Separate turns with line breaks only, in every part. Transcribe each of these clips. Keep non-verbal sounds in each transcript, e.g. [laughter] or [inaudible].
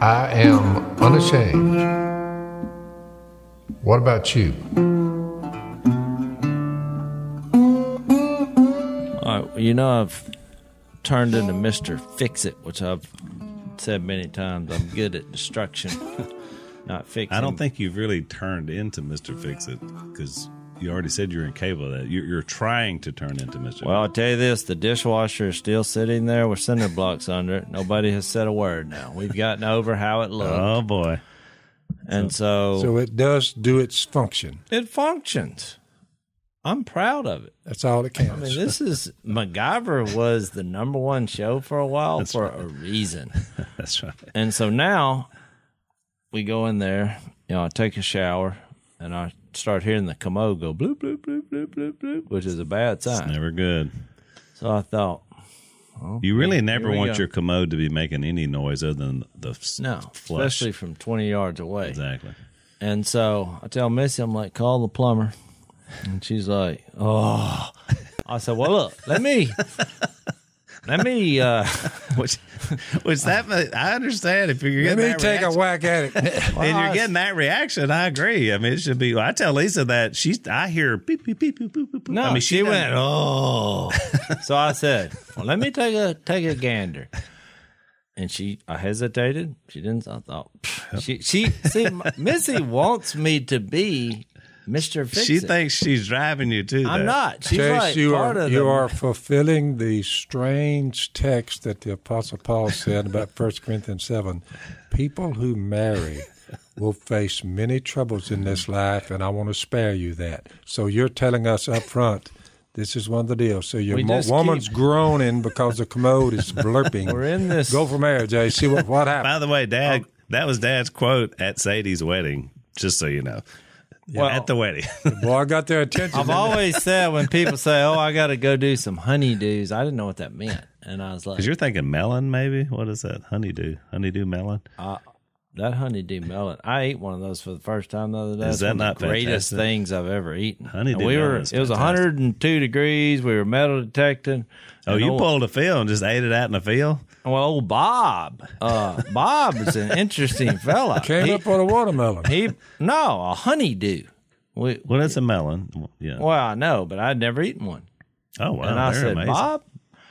I am unashamed. What about you?
Uh, you know, I've turned into Mr. Fix It, which I've said many times. I'm good at destruction, [laughs] not fixing.
I don't think you've really turned into Mister Fix It because you already said you're incapable of that. You're, you're trying to turn into Mister.
Well, I'll tell you this the dishwasher is still sitting there with cinder blocks under it. Nobody has said a word now. We've gotten over how it looked.
oh boy,
and so,
So it does do its function.
it functions. I'm proud of it.
That's all that
I
counts.
mean, this is MacGyver was the number one show for a while for a reason.
that's right.
And so now we go in there, you know, I take a shower and I start hearing the commode go bloop, bloop, bloop, bloop, bloop, bloop, which is a bad
It's
sign.
never good.
So I thought,
You really never
we
want
go.
your commode to be making any noise other than the s-
no,
flush.
especially from 20 yards away. [laughs]
exactly.
And so I tell Missy, I'm like, call the plumber. And she's like,
[laughs]
oh. I said, well, look, let me, let me, uh,
Which, which that ma- I understand if you're
Let
getting
me
that
take a
reaction-
whack at it.
and you're getting that reaction. I agree. I mean, it should be. I tell Lisa that she's. I hear beep beep beep beep beep. beep.
no,
I mean,
she,
doesn't-
went,
[laughs]
oh. so I said, well, let me take a, take a gander. And she, I hesitated. She didn't, I thought, pff, she, she, see, M- [laughs] Missy wants me to be Mr. Fix
She
It.
thinks she's driving you to.
I'm
that.
not. [laughs] She's
Chase,
like,
you
part
are
of
you
the-
are fulfilling the strange text that the Apostle Paul said about 1 Corinthians seven. People who marry will face many troubles in this life, and I want to spare you that. So you're telling us up front. This is one of the deals. So your
We
mo-
just
woman's
keep-
groaning because the commode is blurping.
We're in this-
Go for marriage, Jay. See what what
By
happens.
the way, Dad, that was Dad's quote at Sadie's wedding. Just so you know,
Well-
at the [laughs] wedding.
The boy got their
[laughs]
attention.
I've always said when people say, "Oh, I got to go do some honeydews," I didn't know what that meant, and I was like,
Because you're thinking melon, maybe? What is that? Honeydew. Honeydew melon?
Uh, "That honeydew melon." I ate one of those for the first time the other day.
Is
It's
that
one of
not
the greatest
fantastic?
things I've ever eaten?
Honeydew
And we were.
melon
It
is
was
fantastic.
102 degrees. We were metal detecting.
oh,
And
you
old,
pulled a field and just ate it out in the field?
well, old Bob.
[laughs]
Uh, Bob is an interesting fella.
[laughs] [laughs] Came
he,
up with a watermelon.
he no a honeydew. We,
Well, it's a melon. Yeah.
well, I know, but I'd never eaten one.
oh, wow.
and I
they're
said,
amazing.
Bob,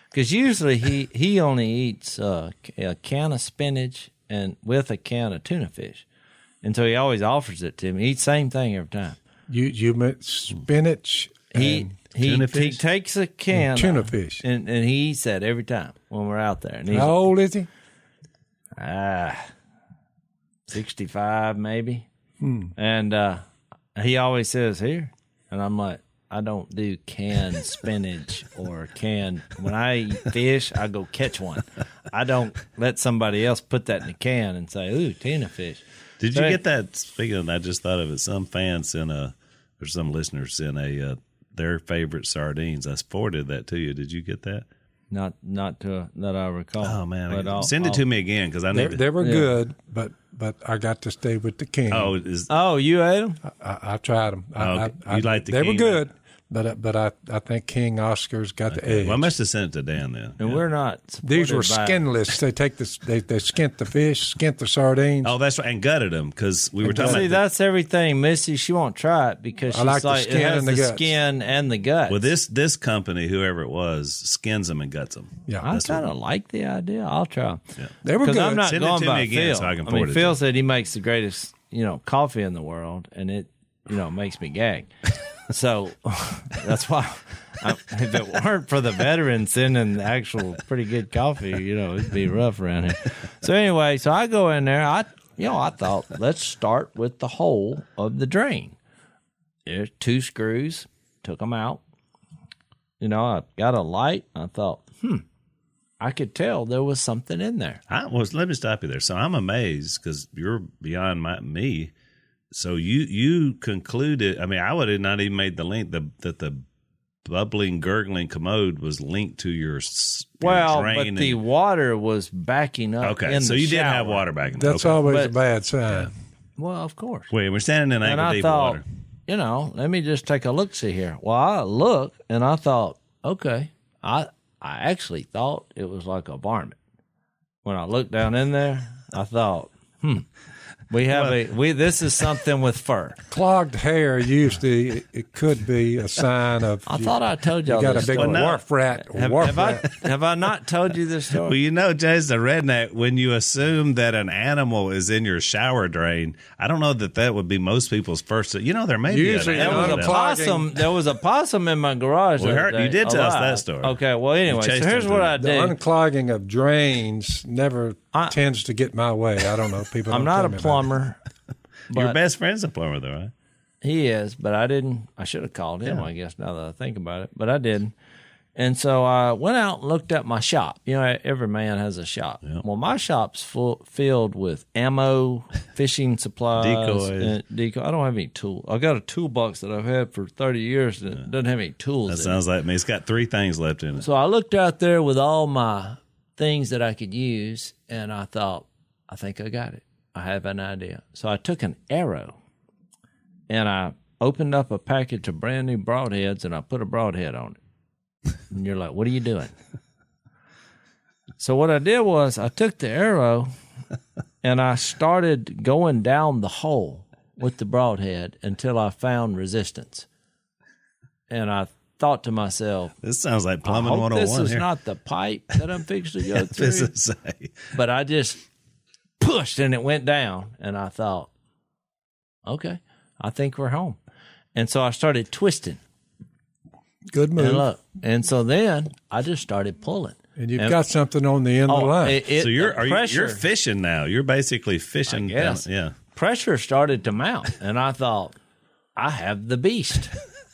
because usually he he only eats uh, a can of spinach and with a can of tuna fish, and so he always offers it to me. Eat same thing every time.
You you meant spinach.
He
and-
he,
tuna
he
fish?
takes a can
tuna
of-
fish.
and, and he eats that every time when we're out there. And he's
how
Oh.
old is he?
ah, 65 maybe.
Hmm.
And uh, he always says here. And I'm like, I don't do
[laughs]
canned spinach or canned. When I eat fish, I go catch one. I don't let somebody else put that in a can and say, ooh, tuna fish.
Did you
Hey.
get that? Speaking of, I just thought of it. Some fans sent a, or some listeners sent a, uh, their favorite sardines. I forwarded that to you. Did you get that?
Not not to, that I recall.
Oh, man.
But I'll-
Send
I'll-
it to me again because I
They,
need to.
they were good, but but I got to stay with the king.
Oh, is,
Oh, you ate them?
I, I tried them. I,
Oh,
I-
okay.
I-
You liked the
They were
king,
good, but I- but I I think King Oscar's got the edge.
well, I must have sent it to Dan then.
And
Yeah.
we're not.
These were
supported by-
skinless. They take the they they skint the fish, skint the sardines.
Oh, that's right. And gutted them because we were
And
talking
See,
about
that's everything, Missy. She won't try it because
I
she's
like the
like,
skin
it has
and the
the
guts.
skin and the guts.
Well, this this company, whoever it was, skins them and guts them.
yeah,
I
That's
kind of like the idea. I'll try.
they were good.
I'm not
Send it
going
to
by
me again
Phil.
so I can
mean,
forward it to
Phil
you.
said he makes the greatest, you know, coffee in the world, and it, you know, makes me
[laughs]
gag. so [laughs] that's why, I, if it weren't for the veterans sending the actual pretty good coffee, you know, it'd be rough around here. So anyway, so I go in there. I, you know, I thought let's start with the hole of the drain. There's two screws. Took them out. You know, I got a light. I thought, hmm, I could tell there was something in there.
I was. Let me stop you there. So I'm amazed because you're beyond my me. So you you concluded. I mean, I would have not even made the link the, that the bubbling, gurgling commode was linked to your, s- your
Well, but
drain.
the
and-
water was backing up.
okay,
in
so
the
you did have
shower.
water back in there.
That's
okay.
always a
But-
bad sign.
Well, of course.
Wait, we're standing in
And
ankle
I
deep
thought,
water.
you know, let me just take a look see here. Well, I looked and I thought, okay, I I actually thought it was like a varmint. When I looked down in there, I thought, We have a we. This is something with fur.
Clogged hair usually it, it could be a sign of
I
you,
thought I told y'all
you got
this
a big
story.
now-
wharf rat.
Have,
wharf
have
rat.
I have I not told you this
Well,
story?
Oh, you know, Jay's the redneck. When you assume that an animal is in your shower drain, I don't know that that would be most people's first. You know, there may
Usually
be
it
an
There was
animal.
a
Unclogging.
possum. There was a possum in my garage.
We
the other
heard- you
day,
did tell us
alive.
that story.
Okay. Well, anyway, so
chased
here's
him
what
through
I
The
did.
unclogging of drains never
I-
tends to get my way. I don't know. People.
I'm
don't
not
tell
a
me about it.
plumber.
Your
but-
best friend's a plumber, though, right?
He is, but I didn't. I should have called him, I guess, now that I think about it, but I didn't. And so I went out and looked at my shop. You know, every man has a shop. Well, my shop's full, filled with
[laughs]
ammo, fishing supplies,
Decoys.
and decoy. I don't have any tool. I got a toolbox that I've had for 30 years that doesn't have any tools.
That
in it.
sounds like me. It's got three things left in it.
So I looked out there with all my things that I could use, and I thought, I think I got it. I have an idea. So I took an arrow and I opened up a package of brand new broadheads and I put a broadhead on it. And you're like, what are you doing? So what I did was I took the arrow and I started going down the hole with the broadhead until I found resistance. And I thought to myself,
This sounds like plumbing
I hope
101
this is
[laughs] here.
not the pipe that I'm fixing
[laughs]
to go through.
this is a,
but I just pushed and it went down, and I thought, okay, I think we're home. And so I started twisting
Good move.
and
And,
look, and so then I just started pulling.
you've got something on the end of the line.
it, it-
so you're
the
are you,
pressure,
you're fishing now. You're basically fishing. down-
guess.
yeah.
pressure started to mount, and I thought, I have the beast.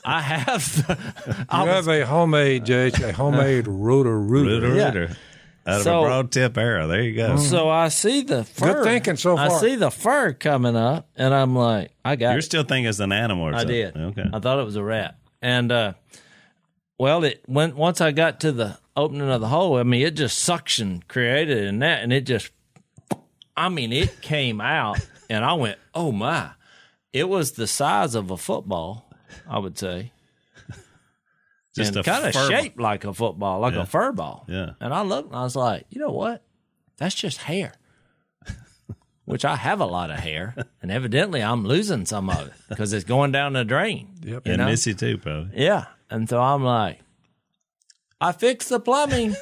I have. The, [laughs] I
you
was Uh,
have a homemade, Judge, a
[laughs]
homemade rotor rooter.
Rooter,
Yeah.
rooter. Out
So-
of a broad tip arrow. There you go.
So I see the fur.
thinking so
I
far.
see the fur coming up, and I'm like, I got
You're
it.
still thinking it's an animal or
I
something.
did.
Okay.
I thought it was a rat. And uh well it when once I got to the opening of the hole, I mean it just suction created in that and it just I mean it came out [laughs] and I went, Oh my. It was the size of a football, I would say.
Just
and
a
kind of
fur-
shaped like a football, like a fur ball.
Yeah.
And I looked and I was like, you know what? That's just
[laughs]
hair. Which I have a lot of hair, and evidently I'm losing some of it because it's going down the drain.
Yep.
you
And
know?
Missy
[laughs]
too, probably.
Yeah. And so I'm like, I fixed the
[laughs]
plumbing.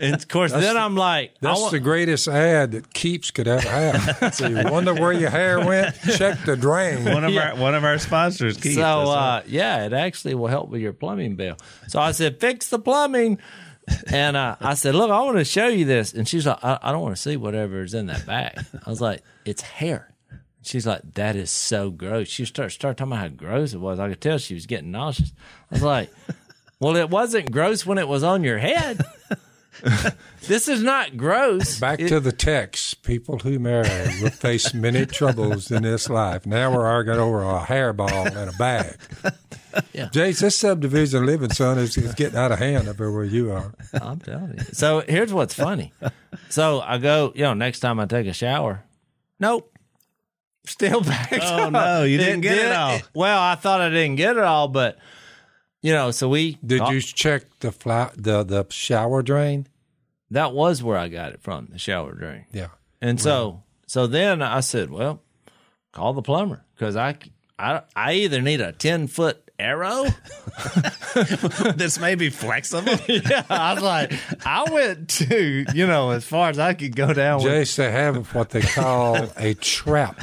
and of course, then I'm like, I
That's
want-
the greatest ad that Keeps could
[laughs]
ever have. so you wonder where your hair went? Check the drain.
One of our one of our sponsors, Keith.
so
that's right.
uh, yeah, it actually will help with your plumbing bill. So I said, fix the plumbing. And uh, I said, look, I want to show you this. And she's like, I, I don't want to see whatever is in that bag. I was like, it's hair. She's like, that is so gross. She started start talking about how gross it was. I could tell she was getting nauseous. I was like, well, it wasn't gross when it was on your head. [laughs] this is not gross.
Back to the text. People who marry will face many troubles in this life. Now we're arguing over a hairball and a bag.
[laughs] Yeah.
Jace, this subdivision of living, son, is, is getting out of hand up there where you are.
I'm telling you. So here's what's funny. So I go, you know, next time I take a shower, nope, still back.
Oh, no, you didn't get it all.
well, I thought I didn't get it all, but you know, so we
Did
oh,
you check the, fly, the the shower drain?
That was where I got it from the shower drain,
Yeah.
and so so then I said, well, call the plumber because I I I either need a ten foot arrow. [laughs]
this may be flexible.
yeah, I was like, I went to you know as far as I could go down. with
Jace, they have what they call a trap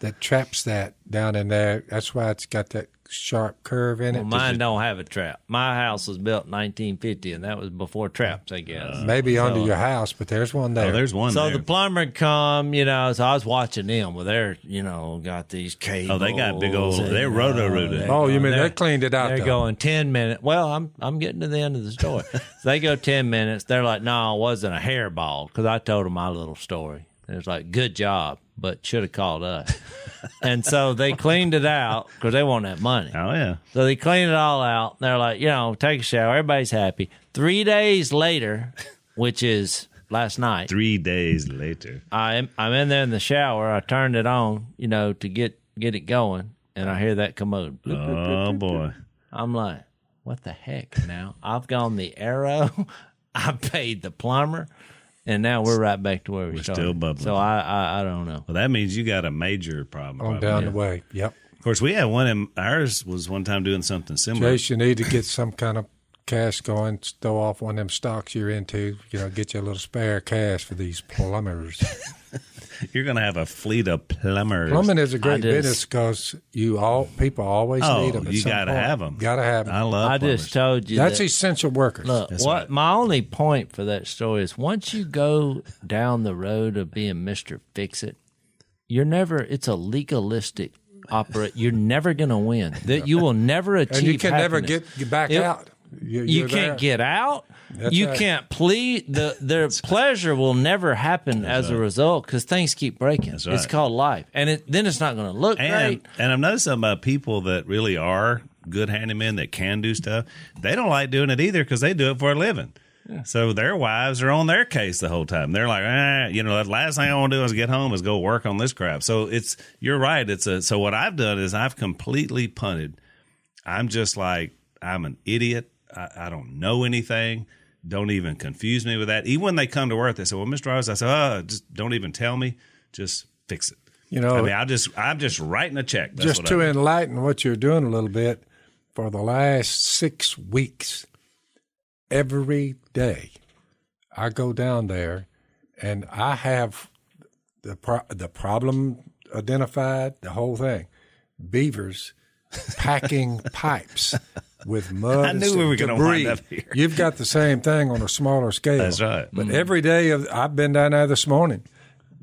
that traps that down in there. That's why it's got that sharp curve in it.
Well, mine don't have a trap. My house was built in 1950, and that was before traps, I guess.
Uh,
Maybe under your house, but there's one there.
Oh, there's one.
so
there.
the plumber come, you know. So I was watching them. Well, they're you know got these cables.
Oh, they got big old.
and,
They're
uh,
roto rooted.
Oh, you mean
There-
they cleaned it out?
They're
though.
going ten minutes. Well, I'm I'm getting to the end of the
[laughs]
story. so they go ten minutes. They're like, no, it wasn't a hairball because I told them my little story. And it's like, good job, but should have called us.
[laughs]
and so they cleaned it out because they want that money.
Oh yeah.
So they clean it all out. and They're like, you know, take a shower. Everybody's happy. Three days later, which is last night,
Three days later.
I'm I'm in there in the shower. I turned it on, you know, to get get it going, and I hear that commode. Bloop.
Oh boy.
I'm like, [laughs] what the heck? Now I've gone the arrow. I paid the plumber, and now we're right back to where we
We're
started.
still bubbling.
So I, I, I don't know.
Well, that means you got a major problem.
on
Oh,
probably.
down the way. Yep.
Of course, we had one. In, ours was one time doing something similar.
Chase, you need to get some kind of cash going. Throw off one of them stocks you're into. You know, get you a little spare cash for these plumbers.
You're going to have a fleet of plumbers.
Plumbing is a
I
great
just-
business because you all people always
Oh,
need them.
you gotta have 'em.
Got to have
I
them.
love.
I
plumbers.
just told you
That's
that-
essential workers.
Look, what my only point for that story is once you go down the road of being Mr. Fix It, you're never it's a legalistic opera. You're never going to win. That you will never achieve
and you can never
happiness.
get, get back
It-
out. You,
You
you're
can't
there.
get out.
That's
you
right.
can't plead. The their pleasure will never happen as a result because things keep breaking.
right.
It's called life, and it, then it's not going to look
and
great.
and I've noticed something about people that really are good handymen that can do stuff. They don't like doing it either because they do it for a living. So their wives are on their case the whole time. They're like, ah, you know, the last thing I want to do is get home is go work on this crap. So it's you're right. It's a so what I've done is I've completely punted. I'm just like I'm an idiot. I, I don't know anything. Don't even confuse me with that. Even when they come to work, they say, "Well, Mr. Rose," I say, "Oh, just don't even tell me. Just fix it."
You know,
I mean, I just I'm just writing a check. That's
just
what
to
I do.
enlighten what you're doing a little bit, for the last six weeks, every day, I go down there, and I have the pro- the problem identified, the whole thing. Beavers packing [laughs] pipes with mud.
I
and
knew we were gonna wind
debris.
up here.
You've got the same thing on a smaller scale.
That's right. Mm-hmm.
But every day of, I've been down there this morning.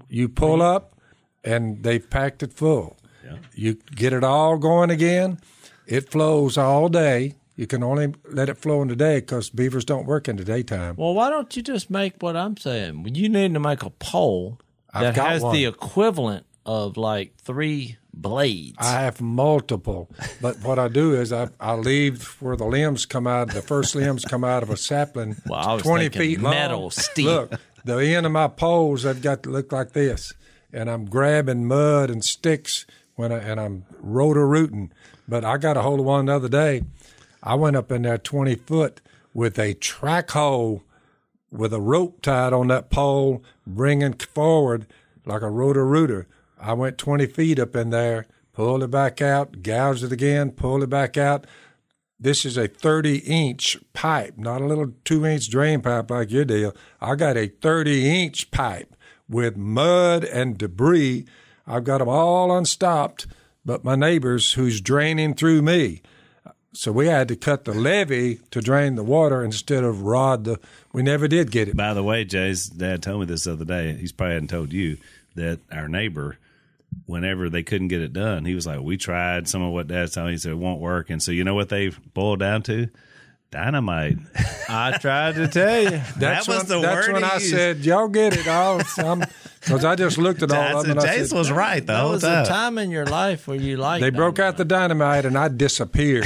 You pull
Mm-hmm.
up, and they've packed it full. You get it all going again. It flows all day. You can only let it flow in the day because beavers don't work in the daytime.
Well, why don't you just make what I'm saying? You need to make a pole
I've
that
got
has
one.
the equivalent of like three blades.
I have multiple, but what I do is I, I leave where the limbs come out. The first limbs come out of a sapling,
Well, I was
twenty
thinking
feet long.
metal, steel.
Look, the end of my poles they've got to look like this, and I'm grabbing mud and sticks when I, and I'm rotor rooting. But I got a hold of one the other day. I went up in there twenty foot with a track hole with a rope tied on that pole, bringing forward like a rotor rooter. I went 20 feet up in there, pulled it back out, gouged it again, pulled it back out. This is a 30 inch pipe, not a little two inch drain pipe like your deal. I got a 30 inch pipe with mud and debris. I've got them all unstopped, but my neighbors who's draining through me. So we had to cut the levee to drain the water instead of rod the. We never did get it.
By the way, Jay's dad told me this the other day. He's probably hadn't told you that our neighbor, whenever they couldn't get it done, he was like, "We tried some of what Dad's telling." me." He said it won't work, and so you know what they boiled down to? Dynamite.
I tried to tell you.
that was
when,
the
That's
word
when
he
I
used.
said, "Y'all get it all." Because I just
[laughs]
looked at all
I
of them
said,
and I
Jace
said,
was right the
That
whole
was
time.
a time in your life where you like
"They broke out the dynamite and I disappeared."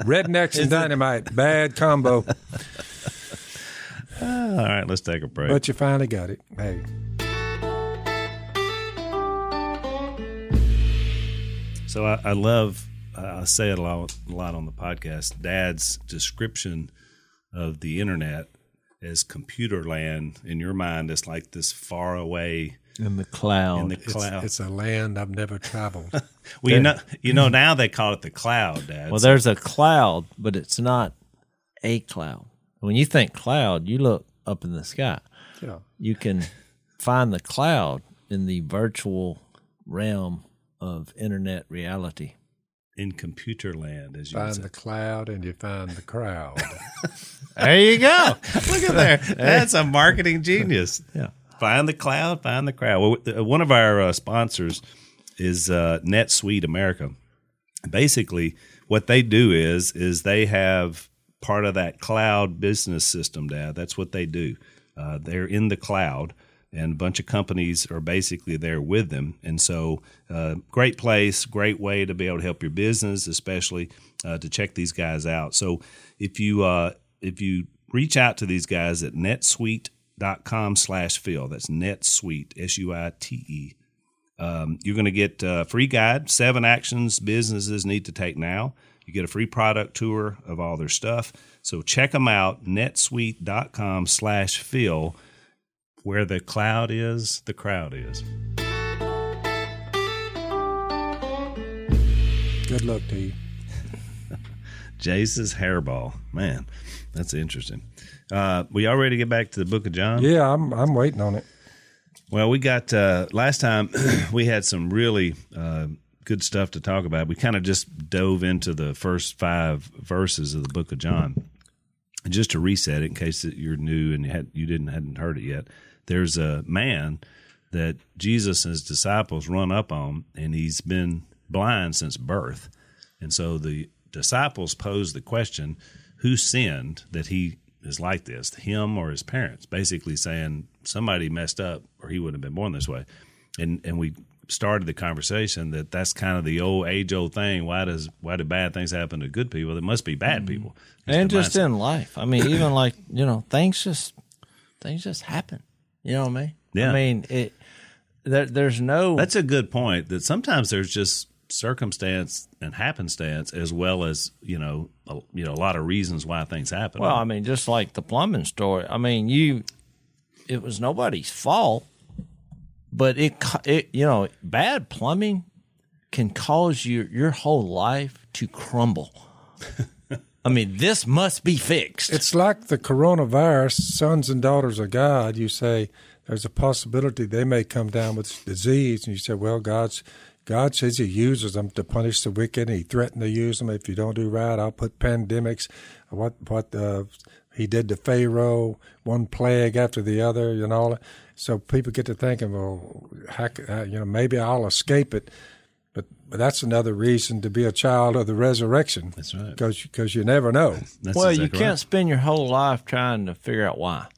Rednecks and dynamite, bad combo.
All right, let's take a break.
But you finally got it. Hey,
So I, I love, I I say it a lot, a lot on the podcast. Dad's description of the internet as computer land in your mind is like this far away
in the cloud.
in the cloud.
it's a land I've never traveled.
well, you know,
[laughs]
you know now they call it the cloud, Dad.
well, there's a cloud, but it's not a cloud. When you think cloud, you look up in the sky.
Yeah.
You can find the cloud in the virtual realm of internet reality.
in computer land, as you would [laughs]
Find
say.
the cloud and you find the crowd.
There you go.
Look
[laughs]
at there. That's a marketing genius.
Yeah.
Find the cloud, find the crowd. Well, th- one of our uh, sponsors is uh, NetSuite America. Basically, what they do is is they have part of that cloud business system, Dad. That's what they do. Uh, they're in the cloud, and a bunch of companies are basically there with them. And so, uh, great place, great way to be able to help your business, especially uh, to check these guys out. So, if you uh, if you reach out to these guys at netsuite.com slash phil that's netsuite s-u-i-t-e um, you're going to get a free guide seven actions businesses need to take now you get a free product tour of all their stuff so check them out netsuite.com slash phil Where the cloud is, the crowd is.
Good luck to you.
Jace's hairball. Man, that's interesting. Uh, we all ready to get back to the book of John?
Yeah, I'm I'm waiting on it.
Well, we got uh, last time [clears throat] we had some really uh, good stuff to talk about. We kind of just dove into the first five verses of the Book of John. And just to reset it, in case that you're new and you had you didn't hadn't heard it yet, there's a man that Jesus and his disciples run up on, and he's been blind since birth. And so the disciples pose the question, "Who sinned that he is like this, him or his parents, basically saying somebody messed up or he wouldn't have been born this way. And and we started the conversation that that's kind of the old age old thing. Why does why do bad things happen to good people? It must be bad people. It's
Mm-hmm. and
the
just
mindset.
in life. I mean, even like you know, things just things just happen. You know what I mean?
Yeah.
I mean it. There, there's no.
that's a good point. That sometimes there's just circumstance and happenstance as well as you know a, you know a lot of reasons why things happen.
well, I mean, just like the plumbing story. I mean, you. It was nobody's fault, but it ca- it you know bad plumbing can cause your your whole life to
[laughs]
crumble. I mean, this must be fixed.
It's like the coronavirus, sons and daughters of God. You say there's a possibility they may come down with disease, and you say, well, God's God says He uses them to punish the wicked. He threatened to use them if you don't do right. I'll put pandemics, what what uh, He did to Pharaoh, one plague after the other, and all. that. So people get to thinking, well, how, c- how, you know, maybe I'll escape it. But, but that's another reason to be a child of the resurrection.
That's right.
Because you never know.
That's
well, you
exactly right.
can't spend your whole life trying to figure out why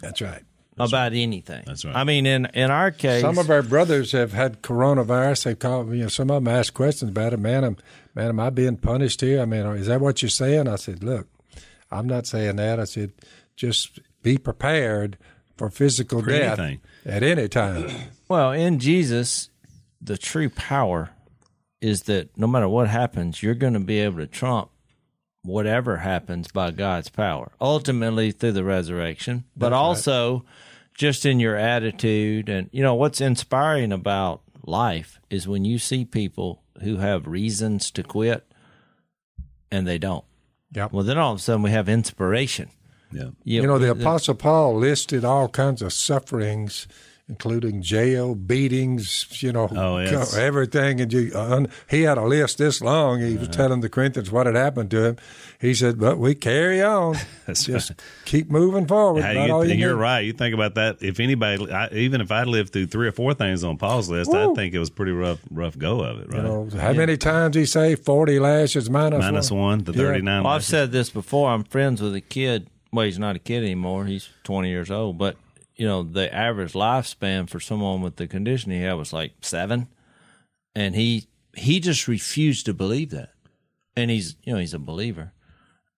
That's right.
about anything.
That's right.
I mean, in in our case,
Some of our brothers have had coronavirus. They've called, you know, some of them asked questions about it. Man, am, man, am I being punished here? I mean, is that what you're saying? I said, look, I'm not saying that. I said, just be prepared for physical death
anything.
at any time.
Well, in Jesus, the true power is that no matter what happens, you're going to be able to trump whatever happens by God's power, ultimately through the resurrection, but also just in your attitude. And, you know, what's inspiring about life is when you see people who have reasons to quit and they don't.
Yep.
Well, then all of a sudden we have inspiration.
Yeah.
You know, the Apostle Paul listed all kinds of sufferings, including jail, beatings, you know,
Oh, yes.
everything. And you, uh, un, he had a list this long. He
Uh-huh.
was telling the Corinthians what had happened to him. He said, but we carry on.
[laughs] That's
Just keep moving forward.
How
Not
you,
all you
you're
need.
right. You think about that. If anybody, I, even if I lived through three or four things on Paul's list, I think it was pretty rough, rough go of it. Right?
You know, Oh, how many times he say 40 lashes minus,
Minus
one?
one, the
Yeah.
thirty-nine.
Well, I've
left.
said this before. I'm friends with a kid. Well, he's not a kid anymore. He's 20 years old. But, you know, the average lifespan for someone with the condition he had was like seven. And he he just refused to believe that. And he's, you know, he's a believer.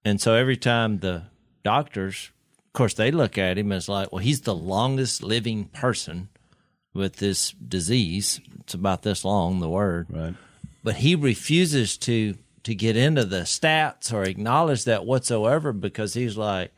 And so every time the doctors, of course, they look at him as like, well, he's the longest living person with this disease. It's about this long, the word
right.
but he refuses to to get into the stats or acknowledge that whatsoever because he's like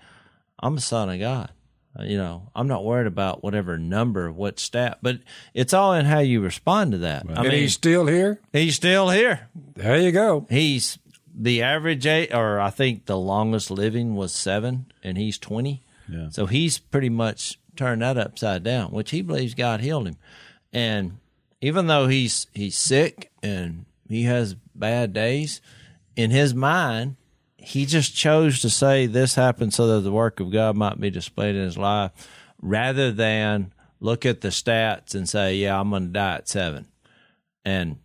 i'm a son of god Uh, you know i'm not worried about whatever number what stat but it's all in how you respond to that i
And
mean
he's
he's,
still here.
still here
There you go.
he's the average age or i think the longest living was seven and he's 20
Yeah.
so he's pretty much turned that upside down which he believes god healed him and even though he's he's sick and he has bad days in his mind he just chose to say this happened so that the work of god might be displayed in his life rather than look at the stats and say yeah i'm going to die at seven and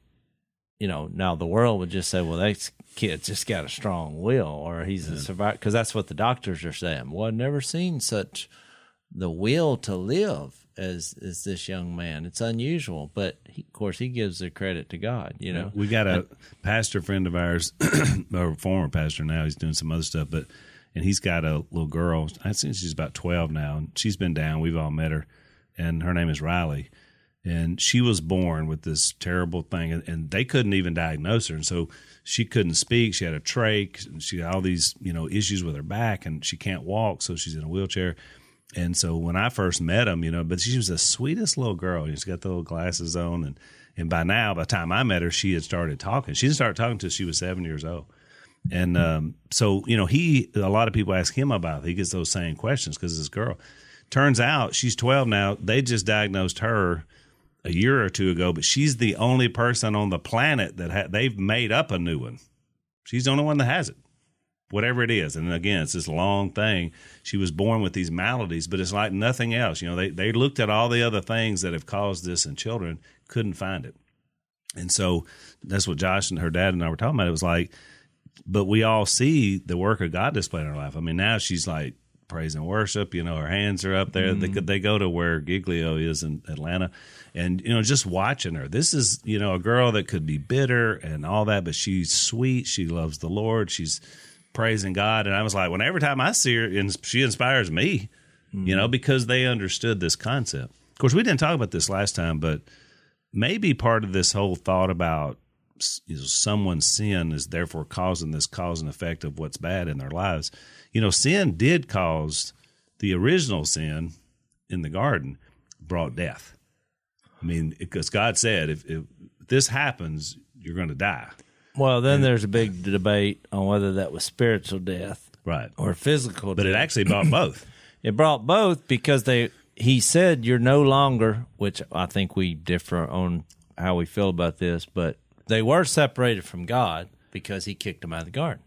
you know, now the world would just say, well, that kid's just got a strong will or he's a survivor. Because that's what the doctors are saying. Well, I've never seen such the will to live as, as this young man. It's unusual. But he, of course, he gives the credit to God, you know.
We got a pastor friend of ours, [clears throat] or former pastor now. He's doing some other stuff, but and he's got a little girl. I think she's about twelve now, and she's been down. We've all met her, and her name is Riley. And she was born with this terrible thing, and, and they couldn't even diagnose her. And so she couldn't speak. She had a trach. And she had all these, you know, issues with her back, and she can't walk. So she's in a wheelchair. And so when I first met him, you know, but she was the sweetest little girl. She's got the little glasses on, and and by now, by the time I met her, she had started talking. She didn't start talking until she was seven years old. And um, so you know, he a lot of people ask him about. It. He gets those same questions because this girl. Turns out she's twelve now. They just diagnosed her a year or two ago, but she's the only person on the planet that ha- they've made up a new one. She's the only one that has it whatever it is. And again, it's this long thing. She was born with these maladies, but it's like nothing else. You know, they, they looked at all the other things that have caused this in children, couldn't find it. And so that's what Josh and her dad and I were talking about. It was like, but we all see the work of God displayed in her life. I mean, now she's like praise and worship. You know, her hands are up there. They, they go to where Giglio is in Atlanta, and you know, just watching her. This is you know a girl that could be bitter and all that, but she's sweet. She loves the Lord. She's praising God. And I was like, when every time I see her, and she inspires me, you know, because they understood this concept. Of course, we didn't talk about this last time, but maybe part of this whole thought about you know, someone's sin is therefore causing this cause and effect of what's bad in their lives. You know, sin did cause the original sin in the garden brought death. I mean, because God said, if, if this happens, you're going to die.
Well, then there's a big debate on whether that was spiritual death
Right.
or physical
But
death.
it actually brought both.
It brought both because they he said you're no longer, which I think we differ on how we feel about this, but they were separated from God because he kicked them out of the garden.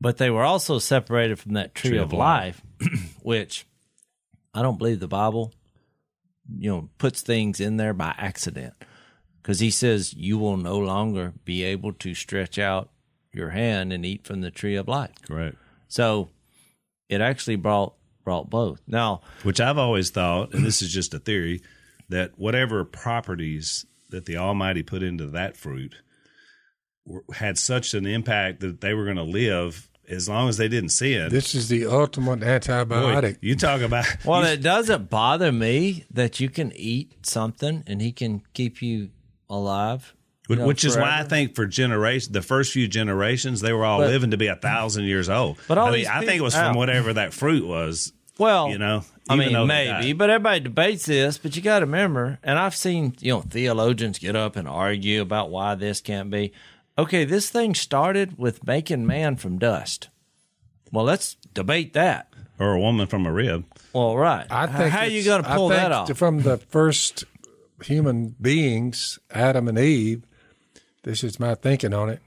But they were also separated from that tree, of,
of
life, [clears throat] which I don't believe the Bible, you know, puts things in there by accident. Because he says you will no longer be able to stretch out your hand and eat from the tree of life.
Correct.
So it actually brought brought both. Now,
which I've always thought, and this is just a theory, that whatever properties that the Almighty put into that fruit were, had such an impact that they were going to live as long as they didn't sin.
This is the ultimate
Boy,
antibiotic.
you talk about
[laughs] well, it doesn't bother me that you can eat something and he can keep you alive. you
Which,
know,
which is why I
forever.
think for generation, the first few generations, they were all
But-
living to be a thousand years old.
But all
I, mean,
these
I think it
people-
was from
ow.
whatever that fruit was.
Well,
you know,
I
even though
mean,
they
maybe,
died.
but everybody debates this. But you got to remember, and I've seen you know theologians get up and argue about why this can't be. Okay, this thing started with making man from dust. Well, let's debate that.
or a woman from a rib.
Well, right. how are you
it's-
going to
I
pull
think
that off?
From the first human beings, Adam and Eve, this is my thinking on it.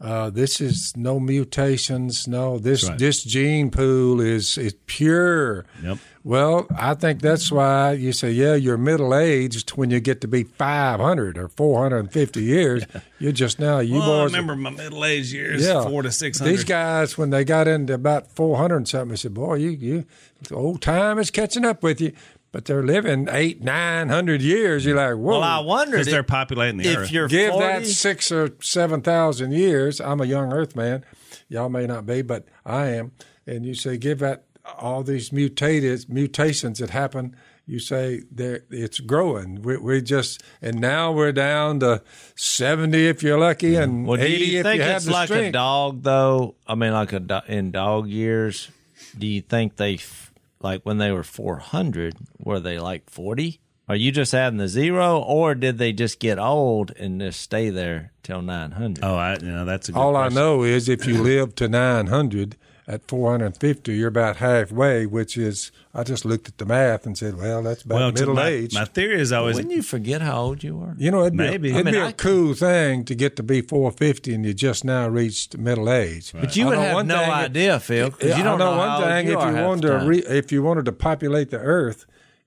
Uh, this is no mutations. No, this
right.
this gene pool is is pure.
Yep.
Well, I think that's why you say, yeah, you're middle aged when you get to be five hundred or four hundred and
[laughs]
fifty years. You're just now you
Well, I
boys. are-
remember my middle age years, four to six hundred.
These guys, when they got into about four hundred and something, they said, "Boy, you, you, old time is catching up with you." But they're living eight, nine hundred years. You're like, whoa!
well, I wondered
because they're
if-
populating the earth.
if you're
give
40,
that six or seven thousand years. I'm a young Earth man. Y'all may not be, but I am. And you say, give that all these mutated mutations that happen. You say there it's growing. We, we just and now we're down to seventy if you're lucky, and
Well, do
eighty
you
if
think
you have
it's
the
like a
strength.
dog, though? I mean, like a do- in dog years, do you think they f- like when they were four hundred? Were they like forty? Are you just adding the zero, or did they just get old and just stay there till nine hundred?
oh, I, you know, that's a good
All I
question.
know is if you live to 900 at 450, you're about halfway, which is, I just looked at the math and said, well, that's about
Well, to
middle
my,
age.
My theory is always
Wouldn't you forget how old you were?
you know, it'd be,
Maybe.
it'd
I mean,
be a
I-
cool thing to get to be 450 and you just now reached middle age.
But you would
I know
have
one
no
thing-
idea, Phil, because
Yeah,
you don't
I know,
how
one
old
thing.
you
if
are
you
half
wanted
the
to,
time.
re, if you wanted to populate the earth,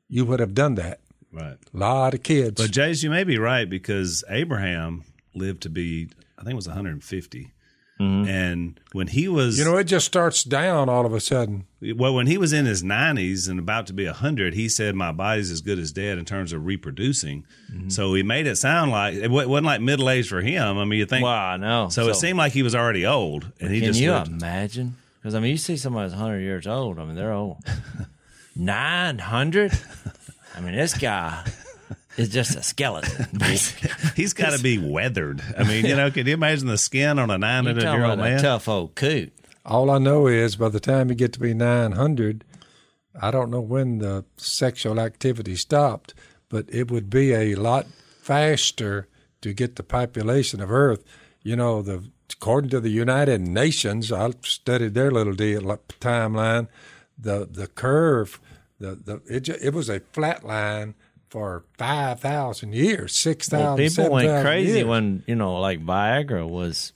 you would have done that.
right.
A lot of kids.
But Jays, you may be right because Abraham lived to be, I think it was 150,
Mm-hmm.
and when he was,
you know, it just starts down all of a sudden.
well, when he was in his 90s and about to be 100, he said, "My body's as good as dead in terms of reproducing."
Mm-hmm.
So he made it sound like it wa- wasn't like middle age for him. I mean, you think
Wow, I know.
so, It seemed like he was already old, and he
Can
just
you
lived.
imagine? Because I mean, you see somebody that's hundred years old. I mean, they're
[laughs]
old. Nine hundred. I mean, this guy is just a
[laughs]
skeleton. basically. [laughs]
He's got to be weathered. I mean, you know, can you imagine the skin on a
You're
900
talking
year old
about a
man?
tough old coot.
All I know is by the time you get to be 900, I don't know when the sexual activity stopped, but it would be a lot faster to get the population of Earth. You know, the according to the United Nations, I studied their little deal uh, timeline. The the curve, the the it, ju- it was a flat line for five thousand years, six
Well,
thousand.
people went
7,000
crazy
years.
when you know, like Viagra was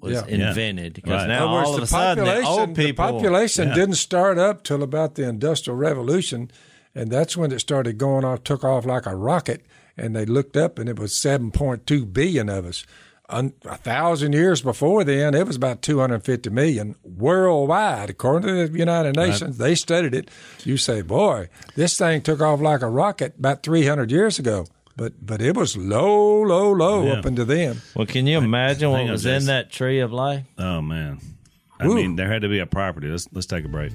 was
Yeah.
Yeah.
invented because
Right.
now
In other words,
all of a sudden the old
the
people.
population
Yeah.
didn't start up till about the Industrial Revolution, and that's when it started going off, took off like a rocket. And they looked up, and it was 7.2 billion of us. Un- a thousand years before then, it was about 250 million worldwide, according to the United Nations. They studied it. You say, boy, this thing took off like a rocket about 300 years ago, but but it was low, low, low
Yeah.
up until then.
well, can you imagine
hang
what
on,
was
Jason.
in that tree of life?
Oh man. I
Woo.
mean, there had to be a property. Let's let's take a break.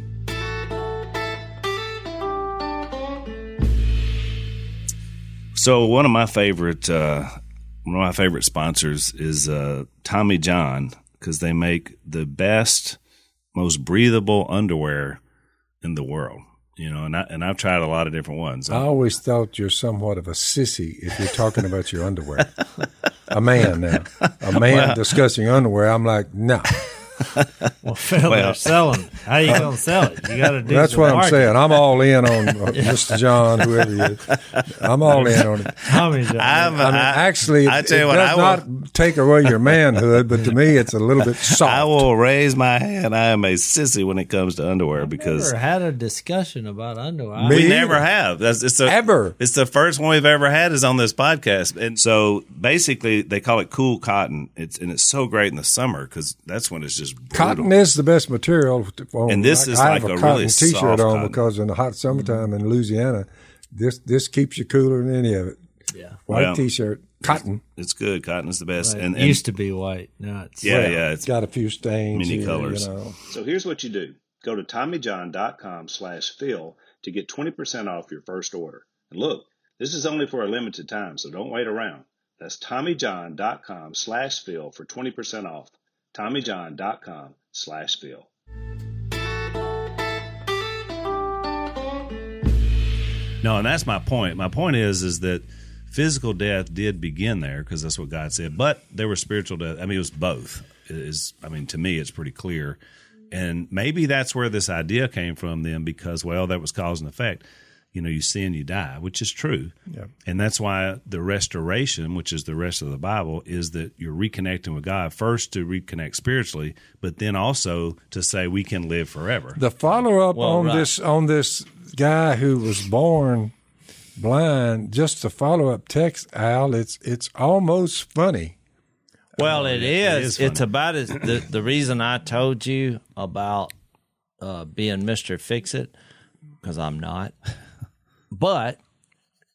So one of my favorite uh, one of my favorite sponsors is uh, Tommy John because they make the best, most breathable underwear in the world. You know, and I and I've tried a lot of different ones.
I always thought you're somewhat of a sissy if you're talking about your underwear. A man now, a man discussing underwear. I'm like, no,
Well, Phil,
Well-
they're selling. How you gonna sell it? You got
[laughs]
to do.
that's
some
what I'm
marketing.
saying. I'm all in on uh,
[laughs]
Mr. John, whoever you. is. I'm all in on it.
Tommy's a-
I've-
I mean, actually,
I
it-
tell you
it
what,
does
I
not
will,
take away your manhood, but to me, it's a little bit
[laughs]
soft.
I will raise my hand. I am a sissy when it comes to underwear because
never had a discussion about underwear.
Me
We
either.
never have. That's it's a,
Ever.
It's the first one we've ever had is on this podcast. And so basically, they call it cool cotton. It's and it's so great in the summer because that's when it's just brutal.
Cotton is the best material. to- on-
And this is
I have
like
a
a
cotton
really
T-shirt
soft
on
cotton.
because in the hot summertime in Louisiana, this this keeps you cooler than any of it. Yeah, white
Well,
T-shirt, cotton.
It's good. Cotton is the best.
It
and, and
used to be white. Now it's
yeah, yeah. It's
It's got a few stains.
Many
here, you
colors.
know.
So here's what you do. Go to TommyJohn.com slash Phil to get 20% off your first order. And look, this is only for a limited time, so don't wait around. That's TommyJohn.com slash Phil for 20% off. TommyJohn.com slash Phil.
No, and that's my point. My point is is that physical death did begin there because that's what God said. But there was spiritual death. I mean, it was both. It Is I mean, to me, it's pretty clear. And maybe that's where this idea came from then, because well, that was cause and effect. You know, you sin, you die, which is true. Yeah. And that's why the restoration, which is the rest of the Bible, is that you're reconnecting with God first to reconnect spiritually, but then also to say we can live forever.
The follow up
Well,
on
right.
this on this guy who was born blind. Just the follow up text, Al. It's it's almost funny.
Well, it
it
is.
is
it's about as the the reason I told you about uh, being Mister Fix It because I'm not. But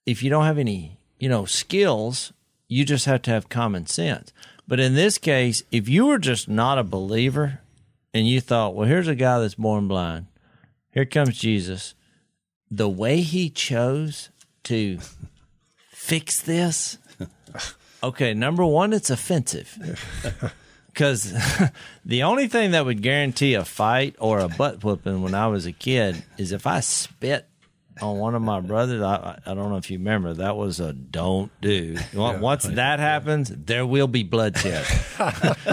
if you don't have any, you know, skills, you just have to have common sense. But in this case, if you were just not a believer and you thought, well, here's a guy that's born blind, here comes Jesus, the way he chose to fix this. Okay, number one, it's [laughs] offensive. Because [laughs] the only thing that would guarantee a fight or a butt whooping when I was a kid is if I spit on one of my brothers. I, I I don't know if you remember, that was a don't do. Well, [laughs] Once that happens, there will be [laughs] bloodshed.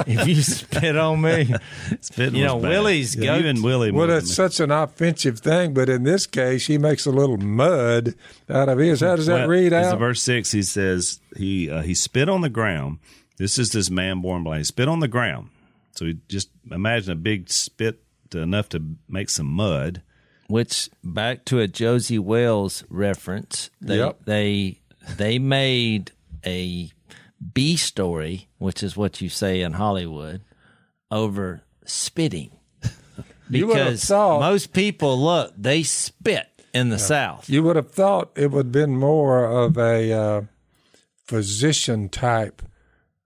if you spit on me,
Spitting
you
was
know,
bad.
Willie's goat-
even Willie. more
Well,
than
it's
me.
such an offensive thing, but in this case, he makes a little mud out of his. How does that
Well,
read
it's
out?
in verse six. He says he uh, he spit on the ground. This is this man born blind. He spit on the ground. So he just imagine a big spit enough to make some mud.
which back to a Josie Wales reference, they
Yep.
they they made a B story, which is what you say in Hollywood, over spitting.
[laughs] You would have
Because
thought-
most people look, they spit in the South.
You would have thought it would have been more of a uh, physician type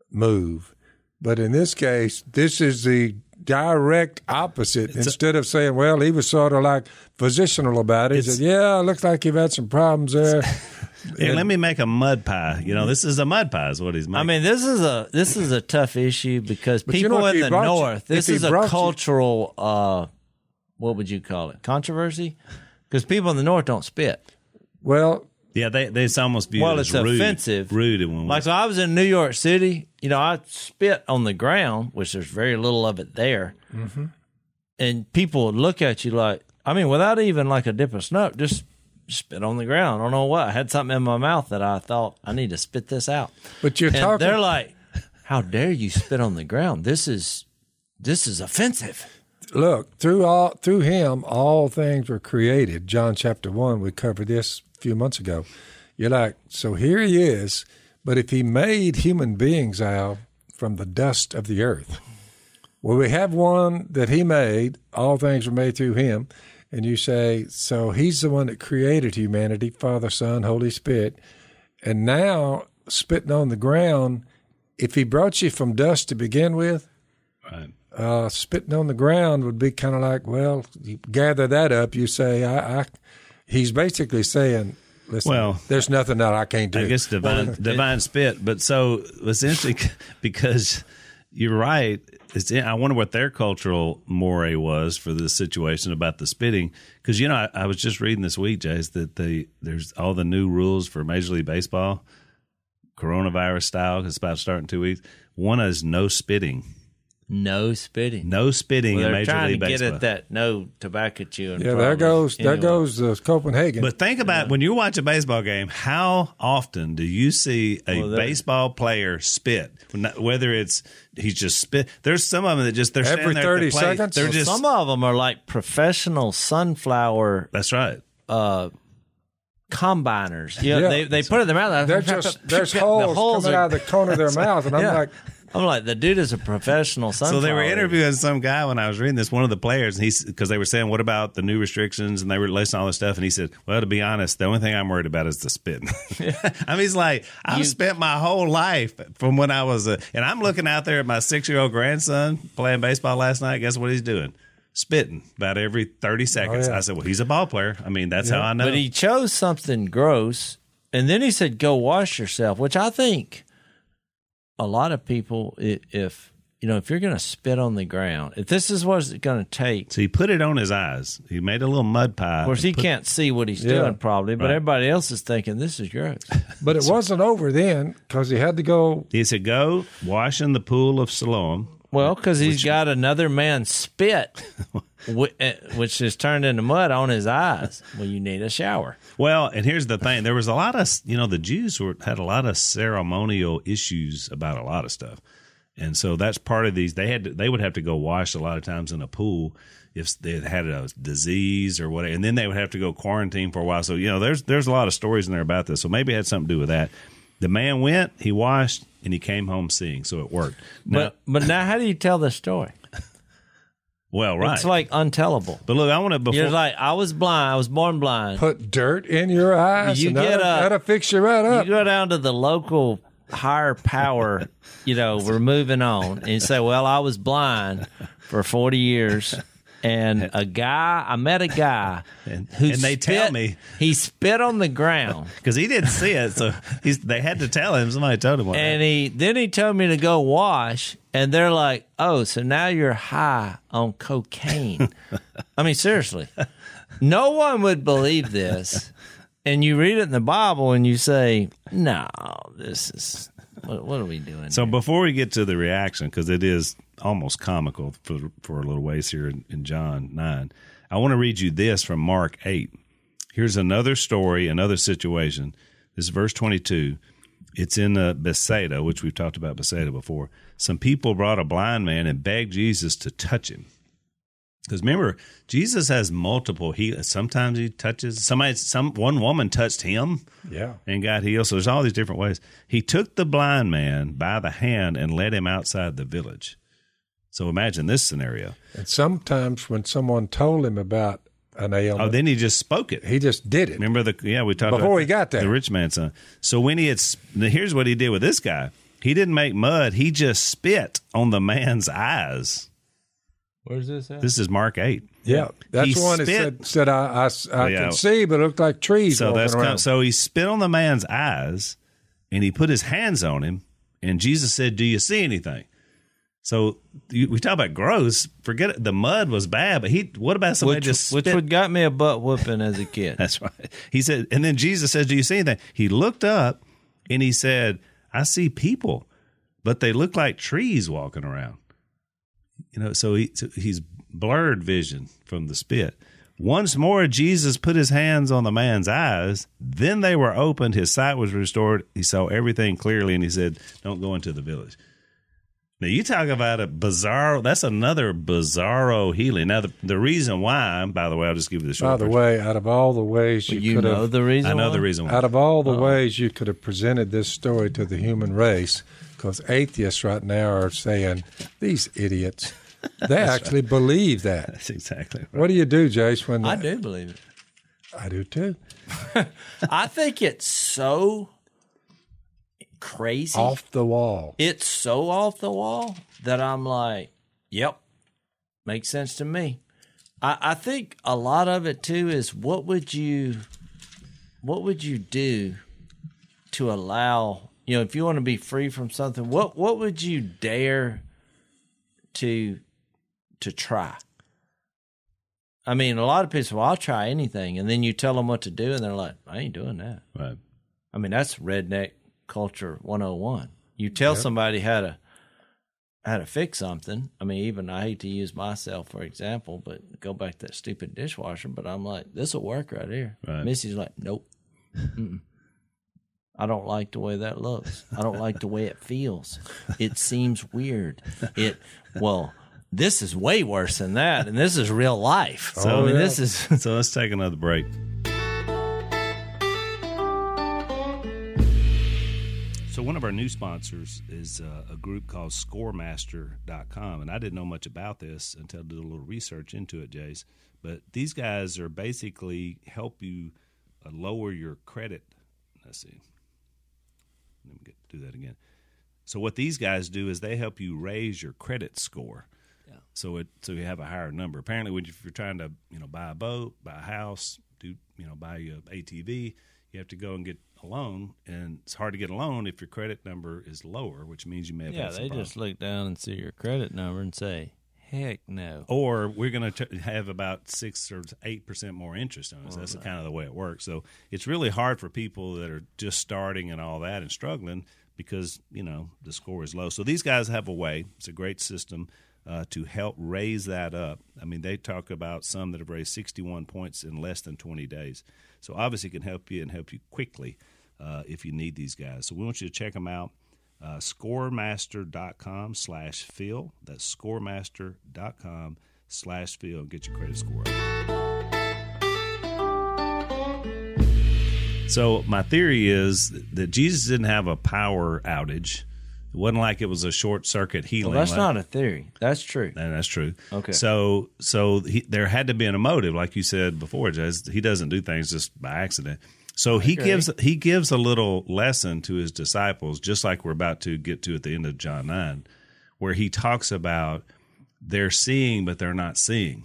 move. But in this case, this is the direct opposite. Instead of saying, well, he was sort of like physicianal about it, he
It's-
said, yeah, looks like you've had some problems there.
Hey, let me make a mud pie. You know, this is a mud pie. Is what he's making.
I mean, this is a this is a tough issue because
you
people
know, if
in
he
the
brought you-
north,
if
this
he
is a
brought you-
cultural uh what would you call it? Controversy? because people in the north don't spit.
Well,
Yeah, they, they it's almost viewed
well,
as
it's
rude,
offensive.
Rude when we-
Like, so I was in New York City. You know, I spit on the ground, which there's very little of it there.
Mm-hmm.
And people would look at you like, I mean, without even like a dip of snuff, just spit on the ground. I don't know what. I had something in my mouth that I thought I need to spit this out.
but
[laughs]
you're
and
talking.
they're like, "How dare you spit on the ground? This is this is offensive."
look through all through him all things were created john chapter 1 we covered this a few months ago you're like so here he is but if he made human beings out from the dust of the earth well we have one that he made all things were made through him and you say so he's the one that created humanity father son holy spirit and now spitting on the ground if he brought you from dust to begin with
Right.
uh, spitting on the ground would be kind of like, well, you gather that up. You say, I, I he's basically saying, listen,
Well,
there's nothing that I can't do.
I guess divine
[laughs]
divine spit. But so it's interesting [laughs] because you're right. It's in, I wonder what their cultural moire was for this situation about the spitting. Because you know, I, I was just reading this week, Jace, that they there's all the new rules for Major League Baseball, coronavirus style. 'cause it's about to start in two weeks. One is no spitting,
No spitting.
no spitting
Well,
in
they're
Major
trying
League
to
Baseball.
get at that no tobacco chewing.
yeah, there
problem.
goes, there
Anyway.
goes uh, Copenhagen.
But think about when you watch a baseball game, how often do you see a
Well, that-
baseball player spit? Not- Whether it's he's just spit. There's some of them that just they're standing
Every
there at the
30
plate,
seconds?
They're
Well,
just
Some of them are like professional sunflower
that's right.
uh, combiners. Yeah,
Yeah.
they they put it in their mouth. [laughs]
they're just, there's holes, coming out of the corner of their mouth. And I'm
Yeah.
like,
I'm like, the dude is a professional
So
sunflower.
they were
eater.
interviewing some guy when I was reading this, one of the players, and he's because they were saying, "What about the new restrictions?" and they were listing all this stuff, and he said, "Well, to be honest, the only thing I'm worried about is the spit." [laughs] I mean, he's like, "I've spent my whole life from when I was a," and I'm looking out there at my six year old grandson playing baseball last night. Guess what he's doing? Spitting about every thirty seconds.
yeah.
I said, "Well, he's a ball player. I mean, that's how I know."
Oh, But he chose something gross, and then he said, "Go wash yourself," which I think a lot of people, i- if you know, if you're going to spit on the ground, if this is what it's going to take,
so he put it on his eyes. He made a little mud pie.
of course, he can't see what he's
Yeah.
doing probably, but
Right.
everybody else is thinking this is gross.
but it wasn't over then because he had to go.
He said, "Go wash in the pool of Siloam."
Well, because he's got another man's
[laughs]
spit, whi- eh, which is turned into mud on his eyes. Well, you need a shower.
Well, and here's the thing: there was a lot of you know the Jews were, had a lot of ceremonial issues about a lot of stuff, and so that's part of these. They had to, they would have to go wash a lot of times in a pool if they had a disease or whatever, and then they would have to go quarantine for a while. So you know, there's there's a lot of stories in there about this. So maybe it had something to do with that. The man went, he washed, and he came home seeing. So it worked. Now,
But but now, how do you tell the story?
well, right.
It's like untellable.
but look, I want to before
You're like, I was blind. I was born blind.
Put dirt in your eyes.
You
and
get
that'll,
a-
that'll fix you right up.
you go down to the local higher power, you know, we're moving on, and you say, Well, I was blind for 40 years. And a guy, I met a guy who
and they tell
spit-
me-
he spit on the ground,
because he didn't see it, so he's they had to tell him. Somebody told him. What happened.
and he then he told me to go wash, and they're like, "Oh, so now you're high on cocaine."
[laughs]
I mean, seriously, no one would believe this, and you read it in the Bible, and you say, "No, this is what, what are we doing?"
So before we get to the reaction, because it is almost comical for for a little ways here in, in John nine, I want to read you this from Mark eight. Here's another story, another situation. This is verse twenty two. It's in uh, Bethsaida, which we've talked about Bethsaida before. Some people brought a blind man and begged Jesus to touch him. Because remember, Jesus has multiple. He sometimes he touches somebody. Some one woman touched him
yeah.
and got healed. So there's all these different ways. He took the blind man by the hand and led him outside the village. So imagine this scenario.
And sometimes when someone told him about an ailment,
Oh, then he just spoke it.
he just did it.
Remember the yeah we talked
Before
about
he got there.
the rich man's son. So when he had s- now here's what he did with this guy. He didn't make mud. He just spit on the man's eyes.
Where's this at?
This is Mark eight.
Yeah, that's
He
one that
spit.
said, said I, I, I
Yeah.
can see, but it looked like trees
so
walking
that's
around.
kind of- so he spit on the man's eyes and he put his hands on him and jesus said do you see anything So you, we talk about gross. Forget it. The mud was bad, but he. What about somebody
which,
just spit?
which would got me a butt whooping as a kid.
[laughs] That's right. He said, and then Jesus says, "Do you see anything?" He looked up and he said, "I see people, but they look like trees walking around." You know, so, he, so he's blurred vision from the spit. Once more, Jesus put his hands on the man's eyes. Then they were opened. His sight was restored. He saw everything clearly, and he said, "Don't go into the village." Now you talk about a bizarro. That's another bizarro healing. Now the, the reason why, by the way, I'll just give you the short.
By the
version.
way, out of all the ways you,
you
could
know
have,
the reason.
I know
why?
the reason [laughs] why.
out of all the
Oh.
ways you could have presented this story to the human race, because atheists right now are saying these idiots. They actually believe that.
That's exactly right.
What do you do, Jace? When
I do believe it.
I do too.
I think it's so crazy.
Off the wall.
It's so off the wall that I'm like, yep, makes sense to me. I, I think a lot of it too is what would you, what would you do to allow you know if you want to be free from something what what would you dare to to try? I mean, a lot of people say, well, I'll try anything, and then you tell them what to do, and they're like, I ain't doing that.
Right.
I mean, that's redneck culture 101. You tell somebody how to how to fix something. I mean, even I hate to use myself for example, but go back to that stupid dishwasher. But I'm like, this will work right here.
Right.
Missy's like, nope. Mm-mm. I don't like the way that looks. I don't like the way it feels. It seems weird. It well, this is way worse than that, and this is real life. So I
Oh,
mean,
yeah.
this is
So let's take another break. So one of our new sponsors is uh, a group called scoremaster.com and I didn't know much about this until I did a little research into it, Jace. But these guys are basically help you uh, lower your credit. Let's see. Let me get, do that again. So what these guys do is they help you raise your credit score. So it so you have a higher number. Apparently, when you, if you're trying to you know buy a boat, buy a house, do you know buy a ATV, you have to go and get a loan, and it's hard to get a loan if your credit number is lower, which means you may have had some problems.
look down and see your credit number and say, "Heck no."
or we're going to have about six or eight percent more interest on us. That's kind of the way it works. So it's really hard for people that are just starting and all that and struggling because you know the score is low. So these guys have a way. It's a great system uh, to help raise that up. I mean, they talk about some that have raised sixty-one points in less than twenty days. So obviously, it can help you and help you quickly uh, if you need these guys. So we want you to check them out uh, scoremaster.com slash phil that's scoremaster.com slash phil and get your credit score up. so my theory is that jesus didn't have a power outage it wasn't like it was a short circuit healing
Well, that's
like-
not a theory. That's true.
and that's true.
Okay.
So so he, there had to be an emotive, like you said before, Jez. He doesn't do things just by accident. So he gives he gives a little lesson to his disciples, just like we're about to get to at the end of John nine, where he talks about they're seeing but they're not seeing.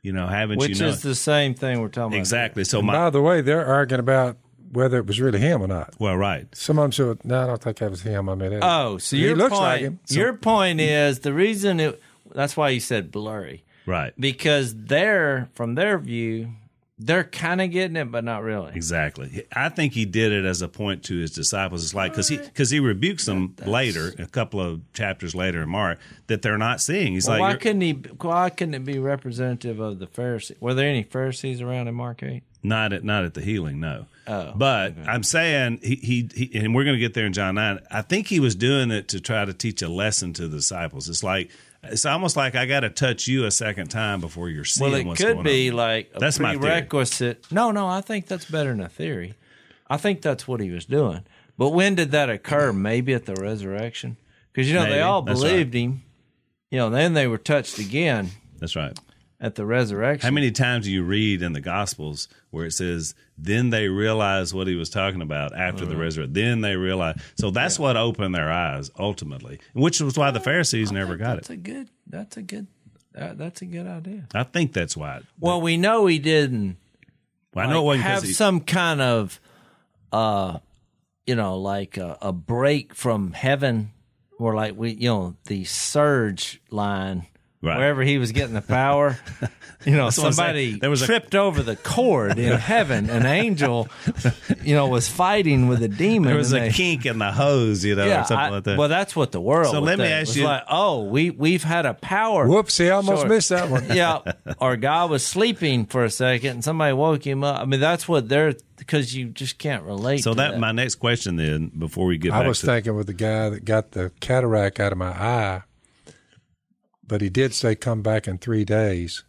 You know, haven't
Which
you know
is the same thing we're talking
exactly? So my
By the way, they're arguing about whether it was really him or not.
well, right.
Some of them said, "No, I don't think that was him." I mean, it,
about. Oh, so
He
your
looks
point,
like him.
your point is the reason it. That's why you said blurry
Right.
because they're from their view, they're kind of getting it, but not really.
Exactly. I think he did it as a point to his disciples. It's like because he because he rebukes them later, a couple of chapters later in Mark, that they're not seeing. He's
Well,
like,
why
"You're-
couldn't he? Why couldn't it be representative of the Pharisees? Were there any Pharisees around in Mark eight?
Not at not at the healing, no.
Oh,
but I'm saying he, he he and we're going to get there in John nine. I think he was doing it to try to teach a lesson to the disciples. It's like it's almost like I got to touch you a second time before you're seeing.
Well, it
what's
could
going
be
on.
like a
That's my theory.
prerequisite. No, no, I think that's better than a theory. I think that's what he was doing. But when did that occur? Maybe at the resurrection, because you know
Maybe.
they all
That's right.
believed him. You know, then they were touched again
That's right.
at the resurrection.
How many times do you read in the Gospels where it says, then they realized what he was talking about after
Mm-hmm.
the resurrection? Then they realized. So that's what opened their eyes ultimately, which was why the Pharisees never got
that's
it.
a good. That's a good. that- that's a good idea.
I think that's why.
Well, we know he didn't
Well, I know it
like,
wasn't
have
because he-
some kind of uh you know like a, a break from heaven were like we you know the surge line
Right.
wherever he was getting the
[laughs]
power you know
what I'm
somebody
saying. There was a-
tripped over the cord
[laughs]
in heaven an angel you know was fighting with a demon
There was
and
a
they-
kink in the hose, you know, or something
I-
like that.
well that's what the world
So
would
let me
think.
ask
It's
you-
like, oh we we've had a power
Whoops! I almost
Sure. [laughs]
missed that one.
yeah, or God was sleeping for a second and somebody woke him up. I mean, that's what they're because you just can't relate.
so
to
that, my next question then, before we get
I
back
was
to
thinking with the guy that got the cataract out of my eye, but he did say come back in three days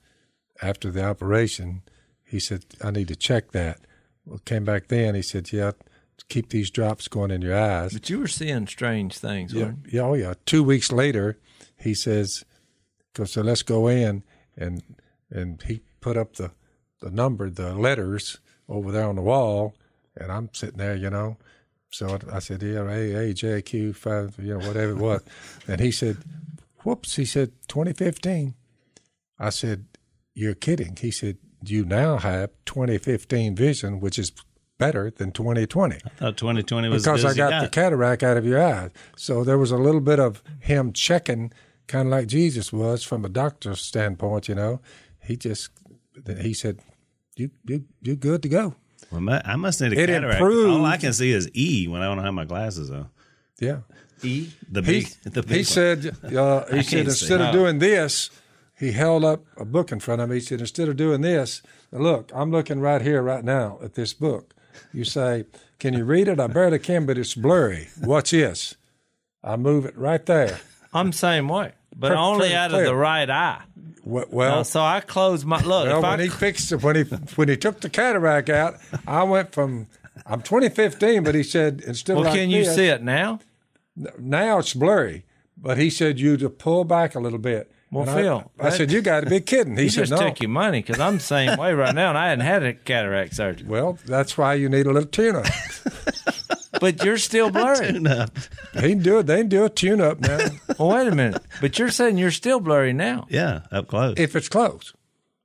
after the operation. He said, I need to check that. Well, came back then. He said, Yeah, keep these drops going in your eyes.
but you were seeing strange things.
Yeah,
weren't you?
yeah, oh, yeah. Two weeks later, he says, "Go- So let's go in. And, and he put up the, the number, the letters over there on the wall. And I'm sitting there, you know, so I, I said, yeah, A, A, J, Q, five, you know, whatever it was. [laughs] and he said, whoops. He said, 2015. I said, you're kidding. He said, you now have 2015 vision, which is better than 2020
I thought 2020 Oh, was
because
a
I
busy
got
guy.
the cataract out of your eye. So there was a little bit of him checking, kind of like Jesus was from a doctor's standpoint. You know, he just he said, "You you you good to go."
Well, ma- I must need a
It
cataract.
improved.
All I can see is E when I don't have my glasses on.
Yeah,
E? The
he
big, the big
he
one.
said
[laughs]
uh, he said
can't
instead
see.
of doing this, he held up a book in front of me. He said, "Instead of doing this, look, I'm looking right here, right now at this book." You say, "Can you read it?" I barely can, but it's blurry. Watch this. I move it right there.
I'm same way, but
Per-
only
per-
out of
clear.
the right eye.
Wh-
Uh,
Well,
so I closed my look.
Well,
if I
when he fixed it, when he when he took the cataract out, I went from I'm 2015, but he said instead
well,
of like
can you
this,
see it now?
now it's blurry. But he said you to pull back a little bit.
Well,
And I-
Phil,
I,
that-
said you got to be kidding.
[laughs]
He
You
said
just
no.
took your money because I'm the same way right now, and I hadn't had a cataract
[laughs]
surgery.
Well, that's why you need a
[laughs]
little tune-up.
But you're
[laughs]
still blurry.
he can do it. They can do a tune-up now
well, wait a minute. But you're saying you're still blurry now.
yeah, up close.
if it's close.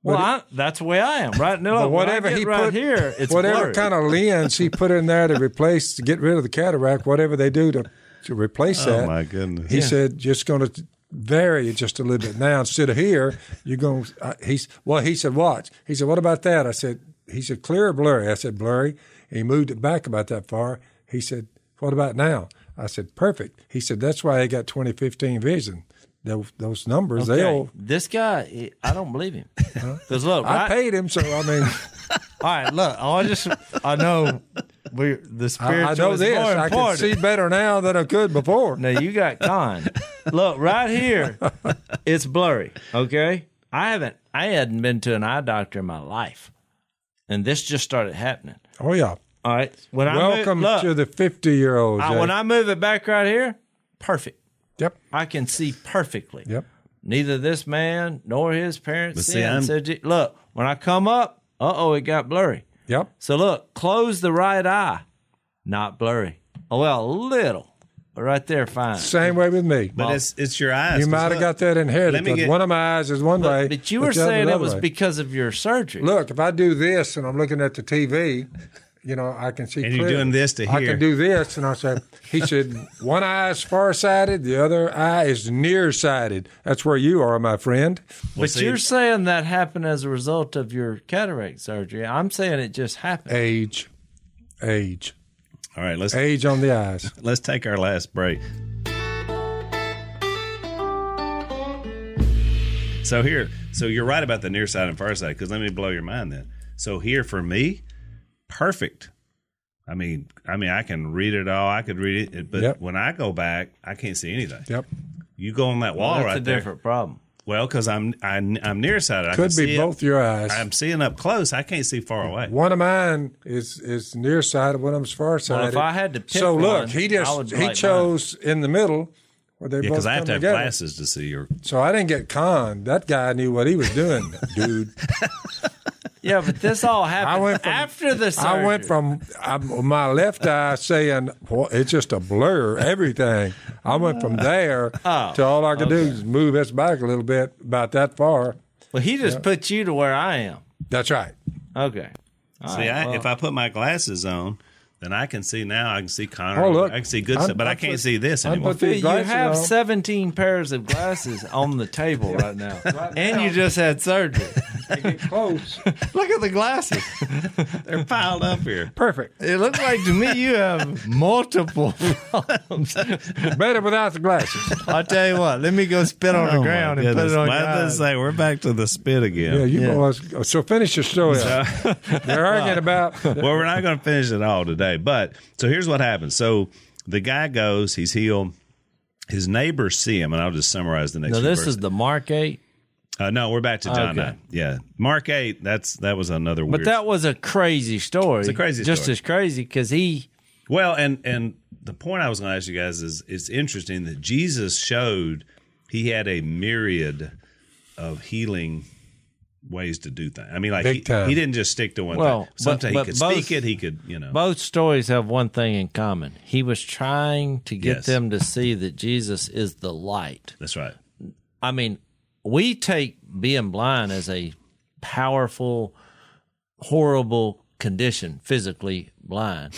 Well, I, that's the way I am right now.
But
When I
whatever
get
he
right
put
here, it's
whatever
blurry.
kind of lens he put in there to replace to get rid of the cataract, whatever they do to to replace that.
oh, my goodness.
He said, just going to vary it just a little bit. Now, instead of here, you're going to, he's, well, he said, watch. He said, what about that? I said, he said, clear or blurry? I said, blurry. He moved it back about that far. He said, what about now? I said, perfect. He said, that's why I got 2015 vision. Those, those numbers,
Okay,
they'll,
This guy, he- I don't believe
[laughs]
him. Because look,
I
right-
paid him. So,
[laughs]
I mean,
all right, look, I just, I know we the
I,
spiritual
I know
is
this.
more
I can
important.
see better now than I could before.
[laughs] Now you got con. look, right here, it's blurry. Okay, I haven't, I hadn't been to an eye doctor in my life, and this just started happening.
Oh, yeah.
All right, when
Welcome
I move, look,
to the 50 year old.
I- when I move it back right here, perfect.
Yep.
I can see perfectly.
Yep.
Neither this man nor his parents
see,
sinned.
I'm-
said, Je- look, when I come up, uh oh, it got blurry.
Yep.
So look, close the right eye, not blurry. Oh well, a little, but right there, fine.
Same way with me.
but it's it's your eyes.
You
'cause
might have
look,
got that inherited
let me
because
get-
one of my eyes is one way.
But you were
the other
saying it
another
was
way.
because of your surgery.
Look, if I do this and I'm looking at the TV, you know, I can see.
And you're
clearly.
doing this to
I
here.
can do this, and I said, he said, one eye is farsighted, the other eye is nearsighted. That's where you are, my friend.
but
see-
you're saying that happened as a result of your cataract surgery. I'm saying it just happened.
Age, age,
All right, let's
age on the eyes.
let's take our last break. So here, so you're right about the near side and far side. Because let me blow your mind then. So here for me, perfect. I mean, I mean, I can read it all. I could read it, but
Yep.
when I go back, I can't see anything.
Yep.
You go on that
Well,
wall
that's
right
a
there.
different problem.
Well, because I'm I, am i am nearsighted. I can
Could
see
be
it.
both your eyes.
I'm seeing up close. I can't see far away.
One of mine is is nearsighted. One of them's farsighted.
Well, if I had to pick
so
one,
look, he
I would
just he
like
chose in the middle where they
Yeah,
both
because
come
I have to have
together.
glasses to see your.
So I didn't get conned. That guy knew what he was
[laughs]
doing, dude.
Yeah, but this
[laughs]
all happened
went from-
after the surgery.
I went from I, my left eye saying, well, it's just a blur, everything. I
[laughs]
went
Oh.
from there to all I could do is move this back a little bit, about that far.
Well, he just put you to where I am.
That's right.
Okay.
see, I, if I put my glasses on, Then I can see now. I can see Connor.
Oh, look.
I can see good
I'm-
stuff, but I
I'm
can't
put-
see this
I'm
anymore.
put-
Phil, you
glasses
have
on.
17 pairs of glasses on the table [laughs] right now. and you just had surgery.
Close.
[laughs] Look at the glasses.
They're piled up
[laughs]
here.
Perfect.
It looks like to me you have multiple [laughs] problems.
Better without the glasses.
I'll tell you what, let me go spit
Oh
on the ground and put it on
Why did I
guys.
say we're back to the spit again?
Yeah, you
Yeah.
boys. So finish your story. up. [laughs] They're
[laughs]
arguing about.
well, we're not going to finish it all today. But so here's what happens. So the guy goes, he's healed. His neighbors see him, and I'll just summarize the next.
No,
few
this
verses.
is the Mark 8.
Uh, no, we're back to John
Okay.
nine. Yeah, Mark eight. That's that was another
But
weird.
that was a crazy story. It's
a crazy
Just
story.
as crazy because he,
well, and and the point I was going to ask you guys is it's interesting that Jesus showed he had a myriad of healing ways to do things. I mean, like
Big
he,
time.
he didn't just stick to one
Well,
thing.
but-
Sometimes
but
he could
both-
speak it. He could, you know.
both stories have one thing in common. He was trying to get
Yes.
them to see that Jesus is the light.
That's right.
I mean, we take being blind as a powerful, horrible condition, physically blind,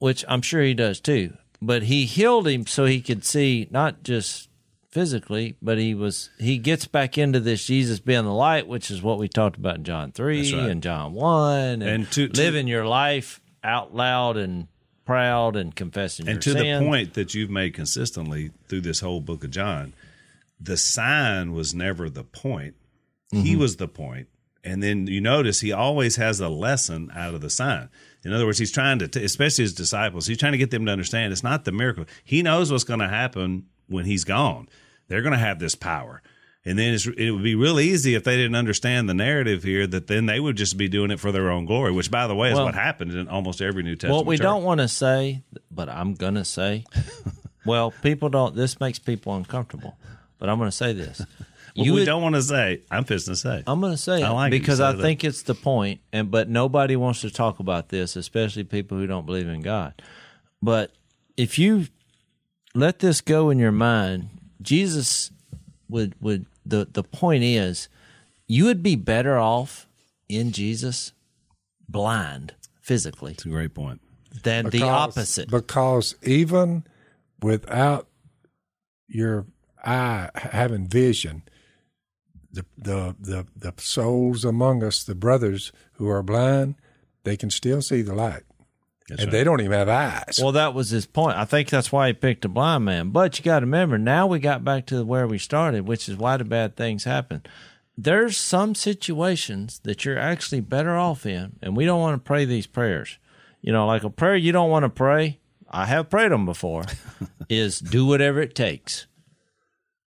which I'm sure he does too. But he healed him so he could see not just physically, but he was he gets back into this Jesus being the light, which is what we talked about in John three
That's right.
and John one, and,
And to- to-
living your life out loud and proud and confessing
And
your
to
sin.
the point that you've made consistently through this whole book of John, the sign was never the point.
Mm-hmm.
He was the point. And then you notice he always has a lesson out of the sign. In other words, he's trying to, t- especially his disciples, he's trying to get them to understand it's not the miracle. He knows what's going to happen when he's gone. They're going to have this power. And then it's, it would be real easy if they didn't understand the narrative here that then they would just be doing it for their own glory, which, by the way, is
Well-
what happened in almost every New Testament.
What we
church.
don't want to say, but I'm going to
[laughs]
say, well, people don't, this makes people uncomfortable, but I'm going to say
[laughs]
this.
What
you
we
would-
don't want to say. I'm fixing to say.
I'm going to say
I
it
like it you
because
said
I
that.
think it's the point, and but nobody wants to talk about this, especially people who don't believe in God. But if you let this go in your mind, Jesus would would the the point is you would be better off in Jesus blind physically
It's a great point.
than the
Because-
opposite.
Because even without your eye having vision, the, the the the souls among us, the brothers who are blind, they can still see the light, and they don't even have eyes.
Well, that was his point. I think that's why he picked a blind man. But you got to remember, now we got back to where we started, which is why the bad things happen. There's some situations that you're actually better off in, and we don't want to pray these prayers. You know, like a prayer you don't want to pray. I have prayed them before. is do whatever it takes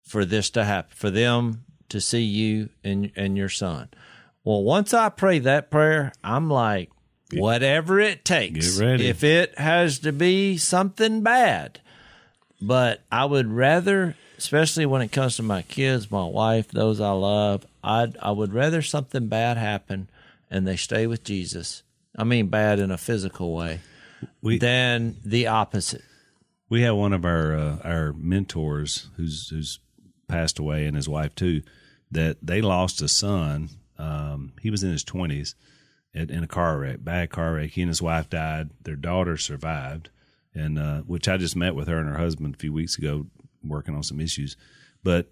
for this to happen, for them to see you and and your son. Well, once I pray that prayer, I'm like, whatever it takes.
Get ready.
If it has to be something bad, but I would rather, especially when it comes to my kids, my wife, those I love, I I would rather something bad happen and they stay with Jesus. I mean, bad in a physical way,
We-
than the opposite.
we had one of our uh, our mentors who's who's passed away and his wife too that they lost a son um, he was in his 20s at, in a car wreck bad car wreck he and his wife died their daughter survived and uh, which i just met with her and her husband a few weeks ago working on some issues but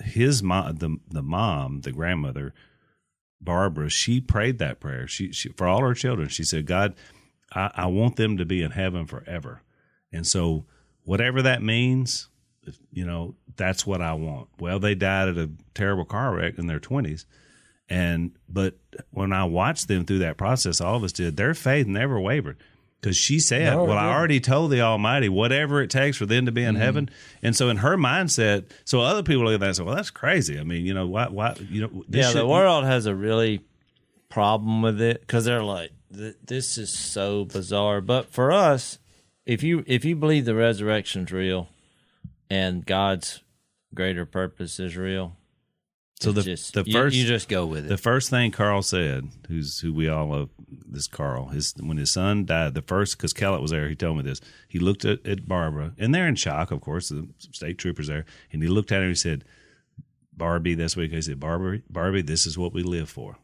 his mom the, the mom the grandmother barbara she prayed that prayer she, she for all her children she said god I, I want them to be in heaven forever and so, whatever that means, if, you know, that's what I want. Well, they died at a terrible car wreck in their 20s. And, but when I watched them through that process, all of us did, their faith never wavered. Because she said,
No, it
Well, I
didn't. Mm-hmm.
already told the Almighty whatever it takes for them to be in heaven. And so, in her mindset, so other people look at that and say, Well, that's crazy. I mean, you know, why, why, you know, this
yeah, the
shouldn't-
world has a really problem with it because they're like, "Th- "This is so bizarre." But for us, if you if you believe the resurrection's real and God's greater purpose is real,
So, the,
it's just,
the
you-
first,
you, just go with it.
The first thing Carl said, who's who we all love, this Carl, his when his son died, the first because Kellett was there, he told me this. He looked at, at Barbara, and they're in shock, of course. The state troopers there, and he looked at her and he said, "Barbie, that's what he said. Barbie, Barbie, this is what we live for."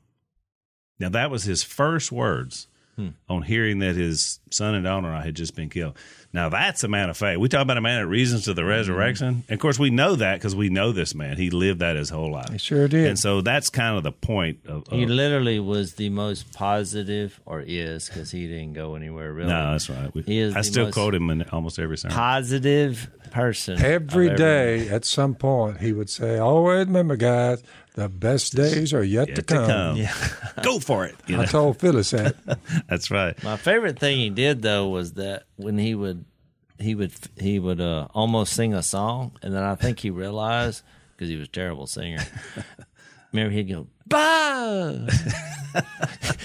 Now that was his first words.
Hmm.
on hearing that his son and daughter-in-law had just been killed. Now that's a man of faith. We talk about a man that reasons to the resurrection.
Mm-hmm.
And of course, we know that because we know this man. He lived that his whole life.
He sure did.
And so that's kind of the point of. of
He literally was the most positive, or is, because he didn't go anywhere really.
no, that's right. We,
He is
I
the
still
most
quote him in almost every sermon.
Positive person.
Every
I've ever
day, at some point, he would say, "Always remember, guys, the best days are yet,
Yet to come. [laughs] Go for it. You
I
know?
told Phyllis that.
That's right.
My favorite thing he did though was that when he would he would he would uh, almost sing a song, and then I think he realized because he was a terrible singer. [laughs] Remember he'd go bah. [laughs]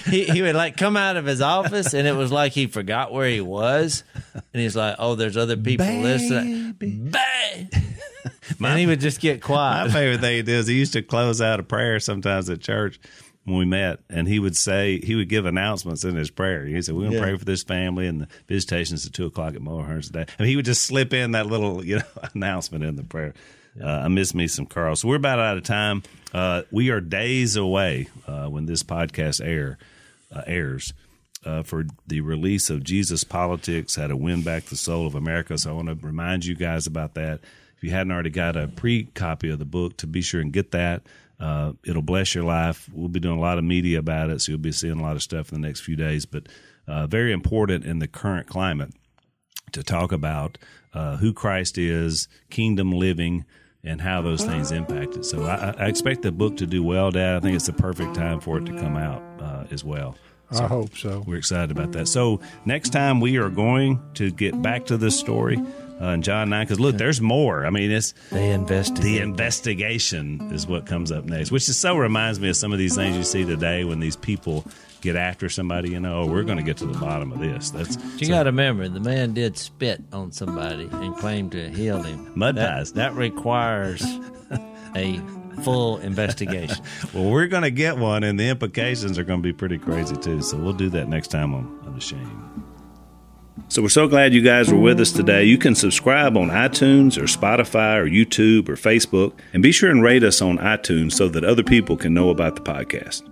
he he would like come out of his office, and it was like he forgot where he was, and he's like, "Oh, there's other people listening." Bah! and he would just get
My
quiet.
favorite thing he did is he used to close out a prayer sometimes at church when we met, and he would say he would give announcements in his prayer. He said, "We're going to pray for this family, and the visitation's at two o'clock at Mulhern's today." And he would just slip in that little you know [laughs] announcement in the prayer. Uh, I miss me some Carl. So we're about out of time. Uh, we are days away uh, when this podcast air uh, airs uh, for the release of Jesus Politics, How to Win Back the Soul of America. So I want to remind you guys about that. If you hadn't already got a pre copy of the book, to be sure and get that. Uh, it'll bless your life. We'll be doing a lot of media about it, so you'll be seeing a lot of stuff in the next few days, but uh, very important in the current climate to talk about uh, who Christ is, kingdom living, and how those things impact it. So I, I expect the book to do well, Dad. I think it's the perfect time for it to come out uh, as well.
I hope so.
We're excited about that. So next time we are going to get back to this story uh, in John nine because look, there's more. I mean, it's
They invested.
the investigation is what comes up next, which is so reminds me of some of these things you see today when these people get after somebody. You know, oh, we're going to get to the bottom of this. That's
You got to remember, the man did spit on somebody and claimed to heal him.
Mud
that,
pies.
That requires a full investigation.
well, we're going to get one, and the implications are going to be pretty crazy too. So we'll do that next time on Unashamed. So we're so glad you guys were with us today. You can subscribe on iTunes or Spotify or YouTube or Facebook, and be sure and rate us on iTunes so that other people can know about the podcast.